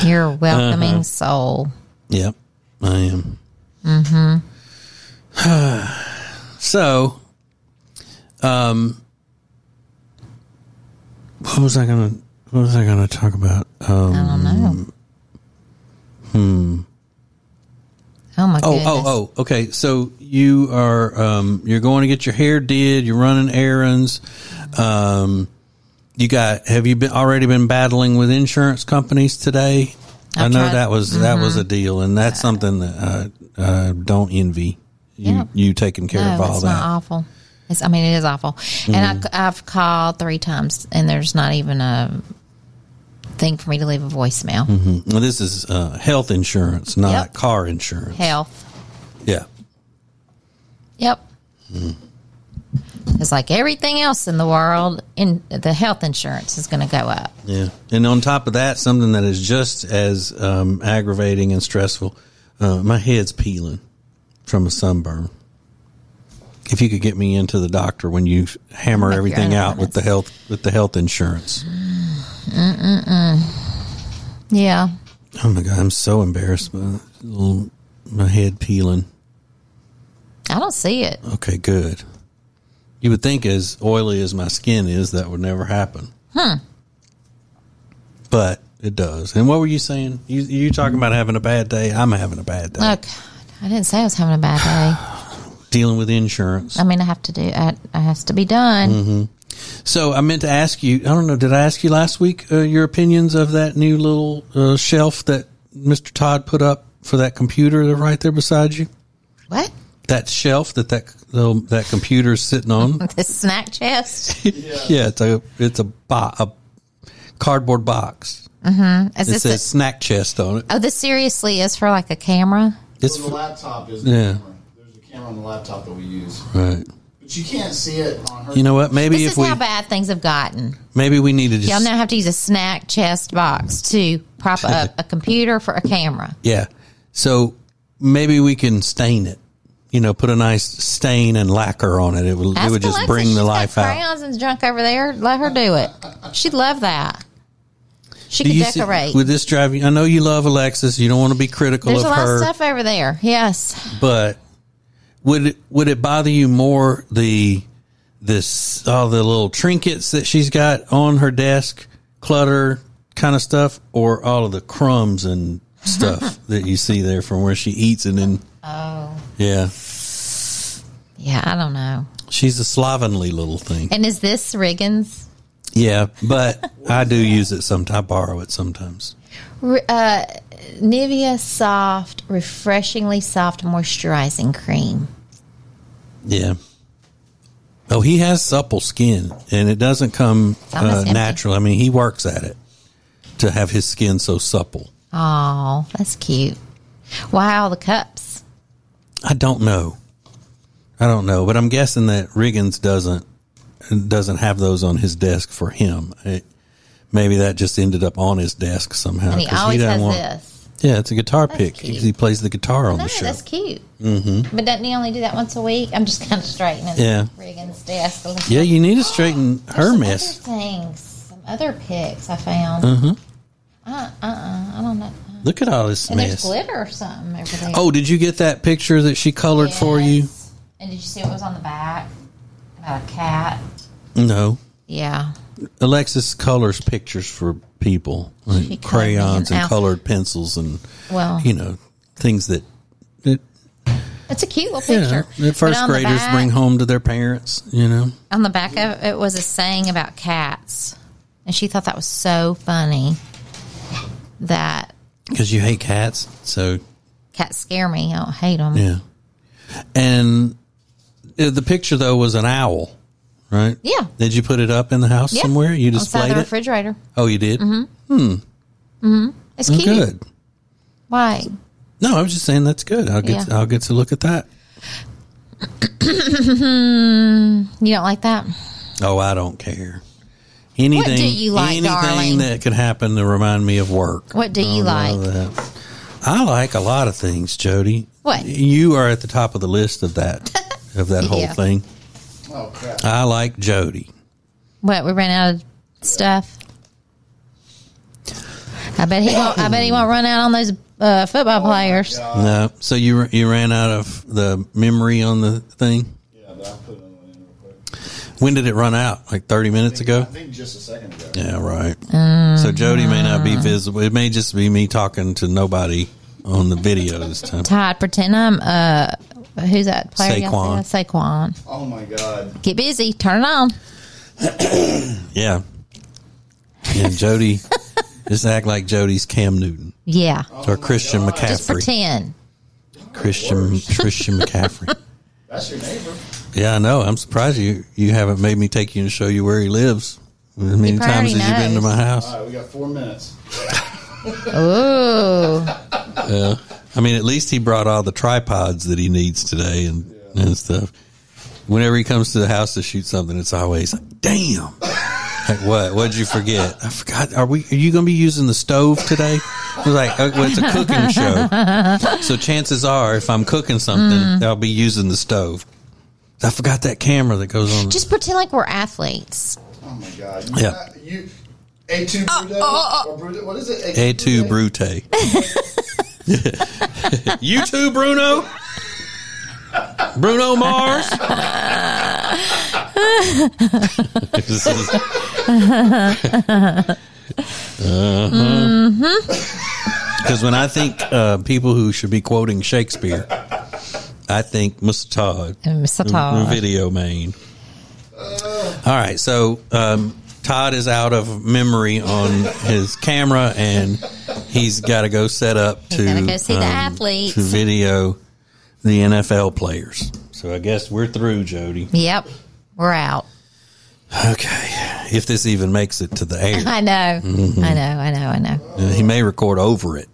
Speaker 6: You're a
Speaker 5: Uh-huh.
Speaker 6: welcoming soul.
Speaker 9: Yep, I am. Mm-hmm. so, um,
Speaker 5: what was I gonna what was I gonna talk about? Um, hmm.
Speaker 6: I don't know. Hmm. Oh my
Speaker 5: oh
Speaker 6: goodness.
Speaker 5: oh oh okay. So you are um, you're going to get your hair did. You're running errands. Um, you got have you been already been battling with insurance companies today? i
Speaker 6: I've
Speaker 5: know
Speaker 6: tried- Mm-hmm.
Speaker 5: that was that was a deal, and that's something that I, I don't envy you.
Speaker 6: Yeah.
Speaker 5: You taking care of
Speaker 6: no,
Speaker 5: all
Speaker 6: it's
Speaker 5: that. Mm-hmm.
Speaker 6: not awful. It's, I mean, it is awful. And I, I've called three times, and there's not even a thing for me to leave a voicemail.
Speaker 5: Well, this is uh, health insurance, not
Speaker 6: Yep.
Speaker 5: car insurance.
Speaker 6: Health.
Speaker 5: Yeah.
Speaker 6: Yep. It's like everything else in the world, in the health insurance is going to go up.
Speaker 5: Yeah. And on top of that, something that is just as um, aggravating and stressful, uh, my head's peeling from a sunburn. If you could get me into the doctor when you hammer
Speaker 6: Make your
Speaker 5: everything
Speaker 6: own
Speaker 5: out with the
Speaker 6: appointments.
Speaker 5: health with the health insurance.
Speaker 6: Yeah.
Speaker 5: Oh my god, I'm so embarrassed. by little- my head peeling.
Speaker 6: I don't see it.
Speaker 5: Okay, good. You would think as oily as my skin is, that would never happen. Hmm. But it does. And what were you saying? You you talking about having a bad day? I'm having a bad day.
Speaker 6: Look, I didn't say I was having a bad day.
Speaker 5: Dealing with insurance.
Speaker 6: I mean, I have to do it. It has to be done.
Speaker 5: Mm-hmm. So I meant to ask you. I don't know. Did I ask you last week uh, your opinions of that new little uh, shelf that Mr. Todd put up for that computer that right there beside you?
Speaker 6: What?
Speaker 5: That shelf that that little, that computer's sitting on.
Speaker 6: The snack chest?
Speaker 5: yeah, it's a it's a, bo- a cardboard box.
Speaker 6: Is
Speaker 5: It
Speaker 6: this
Speaker 5: says snack chest on it.
Speaker 6: the, oh, this seriously is for like a camera?
Speaker 5: It's
Speaker 10: So the laptop is
Speaker 5: Yeah.
Speaker 10: the camera. There's a camera on the laptop that we use.
Speaker 5: right.
Speaker 10: But you can't see it on her.
Speaker 5: You know what? Maybe
Speaker 6: This
Speaker 5: if
Speaker 6: is
Speaker 5: we
Speaker 6: how bad things have gotten.
Speaker 5: maybe we needed to
Speaker 6: Y'all
Speaker 5: s-
Speaker 6: now have to use a snack chest box to prop up a computer for a camera.
Speaker 5: yeah. So maybe we can stain it. You know, put a nice stain and lacquer on it. It would it
Speaker 6: Ask
Speaker 5: would just
Speaker 6: Alexa,
Speaker 5: bring
Speaker 6: she's
Speaker 5: the
Speaker 6: got
Speaker 5: life out.
Speaker 6: Crayons and junk over there. Let her do it. She'd love that. She could
Speaker 5: you see-
Speaker 6: decorate.
Speaker 5: would this drive you? I know you love Alexis. You don't want to be critical
Speaker 6: There's a
Speaker 5: of
Speaker 6: lot
Speaker 5: her,
Speaker 6: of stuff over there. Yes.
Speaker 5: but would it, would it bother you more the this all the little trinkets that she's got on her desk, clutter kind of stuff, or all of the crumbs and stuff that you see there from where she eats and then oh yeah,
Speaker 6: Yeah, I don't know.
Speaker 5: she's a slovenly little thing.
Speaker 6: And is this Riggins?
Speaker 5: Yeah, but I do use it sometimes. I borrow it sometimes.
Speaker 6: R- Uh, Nivea Soft, refreshingly soft moisturizing cream.
Speaker 5: Yeah. Oh, he has supple skin, and it doesn't come
Speaker 6: Some is
Speaker 5: uh,
Speaker 6: empty.
Speaker 5: natural. I mean, he works at it to have his skin so supple.
Speaker 6: Oh, that's cute. Why all the cups?
Speaker 5: I don't know. I don't know, but I'm guessing that Riggins doesn't doesn't have those on his desk for him. It, maybe that just ended up on his desk somehow.
Speaker 6: And he
Speaker 5: 'cause he
Speaker 6: always
Speaker 5: doesn't
Speaker 6: has
Speaker 5: want-
Speaker 6: this.
Speaker 5: Yeah, it's a guitar pick.
Speaker 6: cute.
Speaker 5: He plays the guitar on
Speaker 6: No,
Speaker 5: the show.
Speaker 6: that's cute. Mm-hmm. But doesn't he only do that once a week? I'm just kind of straightening
Speaker 5: Yeah.
Speaker 6: Riggins' desk. a little
Speaker 5: Yeah,
Speaker 6: bit.
Speaker 5: you need to straighten
Speaker 6: There's
Speaker 5: her
Speaker 6: some
Speaker 5: mess.
Speaker 6: Other things, some other picks I found. Mm-hmm. Uh, uh, uh, I don't know.
Speaker 5: Look at all this
Speaker 6: And
Speaker 5: mess.
Speaker 6: there's glitter or something over there.
Speaker 5: Oh, did you get that picture that she colored for you?
Speaker 6: Yes. And did you see what was on the back? About a cat.
Speaker 5: No.
Speaker 6: Yeah.
Speaker 5: Alexis colors pictures for people, like
Speaker 6: She colored
Speaker 5: crayons
Speaker 6: me an
Speaker 5: and
Speaker 6: owl.
Speaker 5: colored pencils, and
Speaker 6: Well,
Speaker 5: you know things that, that
Speaker 6: it's a cute little
Speaker 5: you
Speaker 6: picture.
Speaker 5: know, that
Speaker 6: But
Speaker 5: first
Speaker 6: on the
Speaker 5: graders
Speaker 6: back-
Speaker 5: bring home to their parents. You know,
Speaker 6: On the back of it was a saying about cats, and she thought that was so funny that
Speaker 5: because you hate cats, so
Speaker 6: cats scare me. I don't hate them.
Speaker 5: yeah. And uh, the picture though was an owl, right?
Speaker 6: Yeah.
Speaker 5: Did you put it up in the house somewhere? You
Speaker 6: Inside
Speaker 5: displayed
Speaker 6: the
Speaker 5: it.
Speaker 6: refrigerator.
Speaker 5: oh, you did. Mm-hmm.
Speaker 6: It's cute.
Speaker 5: Oh, Good.
Speaker 6: Why?
Speaker 5: No, I was just saying that's good. I'll get
Speaker 6: Yeah.
Speaker 5: I'll get to look at that.
Speaker 6: You don't like that?
Speaker 5: Oh, I don't care. Anything,
Speaker 6: do you like,
Speaker 5: anything
Speaker 6: darling?
Speaker 5: that could happen to remind me of work.
Speaker 6: What do you like?
Speaker 5: that. I like a lot of things, Jody.
Speaker 6: What?
Speaker 5: You are at the top of the list of that of that whole
Speaker 6: Yeah.
Speaker 5: thing.
Speaker 10: Oh, crap.
Speaker 5: I like Jody.
Speaker 6: What we ran out of stuff. I bet he won't. I bet he won't run out on those uh, football players.
Speaker 5: No, Uh, so you you ran out of the memory on the thing.
Speaker 10: Yeah, but I'll put it on the end real quick.
Speaker 4: When did it run out? Like 30 minutes
Speaker 10: I
Speaker 4: ago?
Speaker 10: think just a second ago.
Speaker 4: Yeah, right. So Jody may not be visible. It may just be me talking to nobody on the video this time.
Speaker 6: Todd, pretend I'm uh, who's that player? y'all
Speaker 4: Saquon.
Speaker 6: said? Saquon.
Speaker 10: Oh my god.
Speaker 6: Get busy. Turn it on.
Speaker 4: Yeah. And Jody, just act like Jody's Cam Newton
Speaker 6: Yeah.
Speaker 10: Oh
Speaker 4: or Christian McCaffrey.
Speaker 6: Just pretend.
Speaker 4: Christian Christian McCaffrey.
Speaker 10: That's your neighbor.
Speaker 4: Yeah, I know. I'm surprised you you haven't made me take you and show you where he lives. As many times
Speaker 6: probably
Speaker 4: as you've been to
Speaker 6: knows.
Speaker 4: my house.
Speaker 10: All right, we got four minutes.
Speaker 6: Ooh.
Speaker 4: I mean, at least he brought all the tripods that he needs today and, and stuff. Whenever he comes to the house to shoot something, it's always like, damn. like what? What'd you forget? I forgot. Are we? Are you going to be using the stove today? I was like, oh, well, it's a cooking show, so chances are, if I'm cooking something, I'll be using the stove. I forgot that camera that goes on.
Speaker 6: Just pretend like we're athletes.
Speaker 10: Oh my god.
Speaker 4: Yeah.
Speaker 10: You, A two
Speaker 6: Uh,
Speaker 10: Bruto. or Bruto- What is it?
Speaker 4: A two Brute. you too, Bruno. Bruno Mars. Uh-huh. This is- Because when I think uh, people who should be quoting Shakespeare, I think Mr. Todd,
Speaker 6: And Mr.
Speaker 4: the- the
Speaker 12: Uh-huh.
Speaker 6: Todd.
Speaker 4: video man. All right, so um, Todd is out of memory on his camera, and he's got to go set up
Speaker 6: He's
Speaker 4: to um,
Speaker 6: gotta go see the athletes.
Speaker 4: to video the NFL players. So I guess we're through, Jody.
Speaker 6: Yep. We're out.
Speaker 4: Okay, if this even makes it to the air.
Speaker 6: I know.
Speaker 4: Mm-hmm.
Speaker 6: I know. I know. I know.
Speaker 4: Uh, He may record over it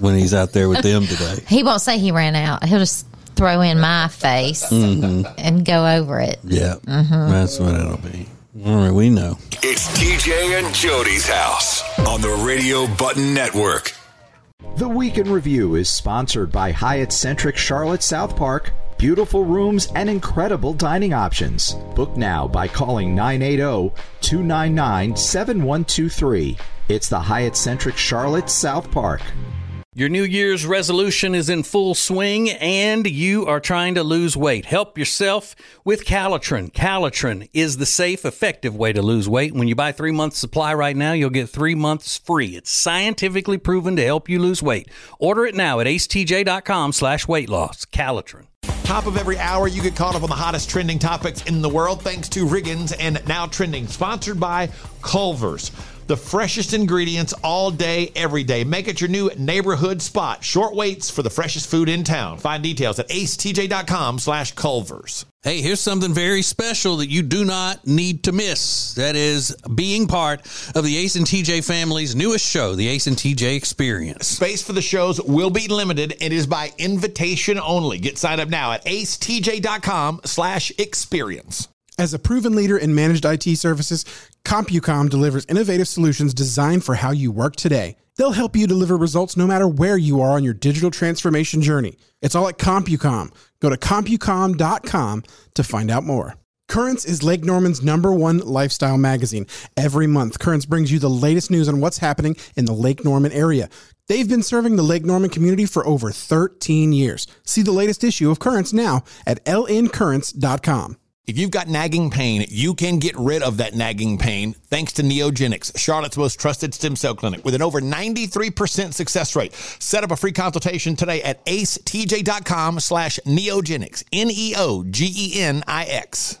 Speaker 4: when he's out there with them today.
Speaker 6: He won't say he ran out. He'll just throw in my face and go over it.
Speaker 4: Yeah, that's what it'll be. All right, we know.
Speaker 12: It's TJ and Jody's house on the Radio Button Network.
Speaker 2: The Week in Review is sponsored by Hyatt Centric Charlotte South Park, beautiful rooms and incredible dining options. Book now by calling oh, 980 299 7123. It's the Hyatt Centric Charlotte South Park.
Speaker 9: Your New Year's resolution is in full swing and you are trying to lose weight. Help yourself with Calitrin. Calitrin is the safe, effective way to lose weight. When you buy three months supply right now, you'll get three months free. It's scientifically proven to help you lose weight. Order it now at acetj.com slash weight loss. Calitrin.
Speaker 3: Top of every hour, you get caught up on the hottest trending topics in the world thanks to Riggins and Now Trending, sponsored by Culver's. The freshest ingredients all day, every day. Make it your new neighborhood spot. Short waits for the freshest food in town. Find details at acetj.com slash Culver's.
Speaker 9: Hey, here's something very special that you do not need to miss. That is being part of the Ace and TJ family's newest show, the Ace and TJ Experience.
Speaker 3: Space for the shows will be limited and is by invitation only. Get signed up now at acetj.com slash experience.
Speaker 5: As a proven leader in managed IT services, CompuCom delivers innovative solutions designed for how you work today. They'll help you deliver results no matter where you are on your digital transformation journey. It's all at CompuCom. Go to CompuCom.com to find out more. Currents is Lake Norman's number one lifestyle magazine. Every month, Currents brings you the latest news on what's happening in the Lake Norman area. They've been serving the Lake Norman community for over 13 years. See the latest issue of Currents now at lncurrents.com.
Speaker 3: If you've got nagging pain, you can get rid of that nagging pain thanks to Neogenics, Charlotte's most trusted stem cell clinic with an over 93% success rate. Set up a free consultation today at acetj.com slash neogenics, E N-E-O-G-E-N-I-X.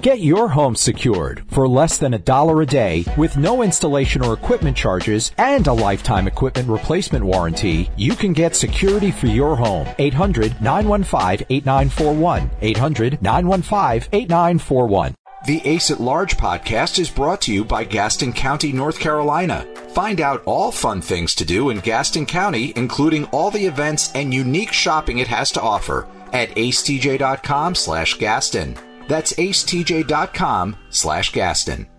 Speaker 2: Get your home secured for less than a dollar a day with no installation or equipment charges and a lifetime equipment replacement warranty. You can get security for your home. 800 915 8941. 800 915 8941. The Ace at Large podcast is brought to you by Gaston County, North Carolina. Find out all fun things to do in Gaston County, including all the events and unique shopping it has to offer at acetj.com slash Gaston. That's acetj.com slash Gaston.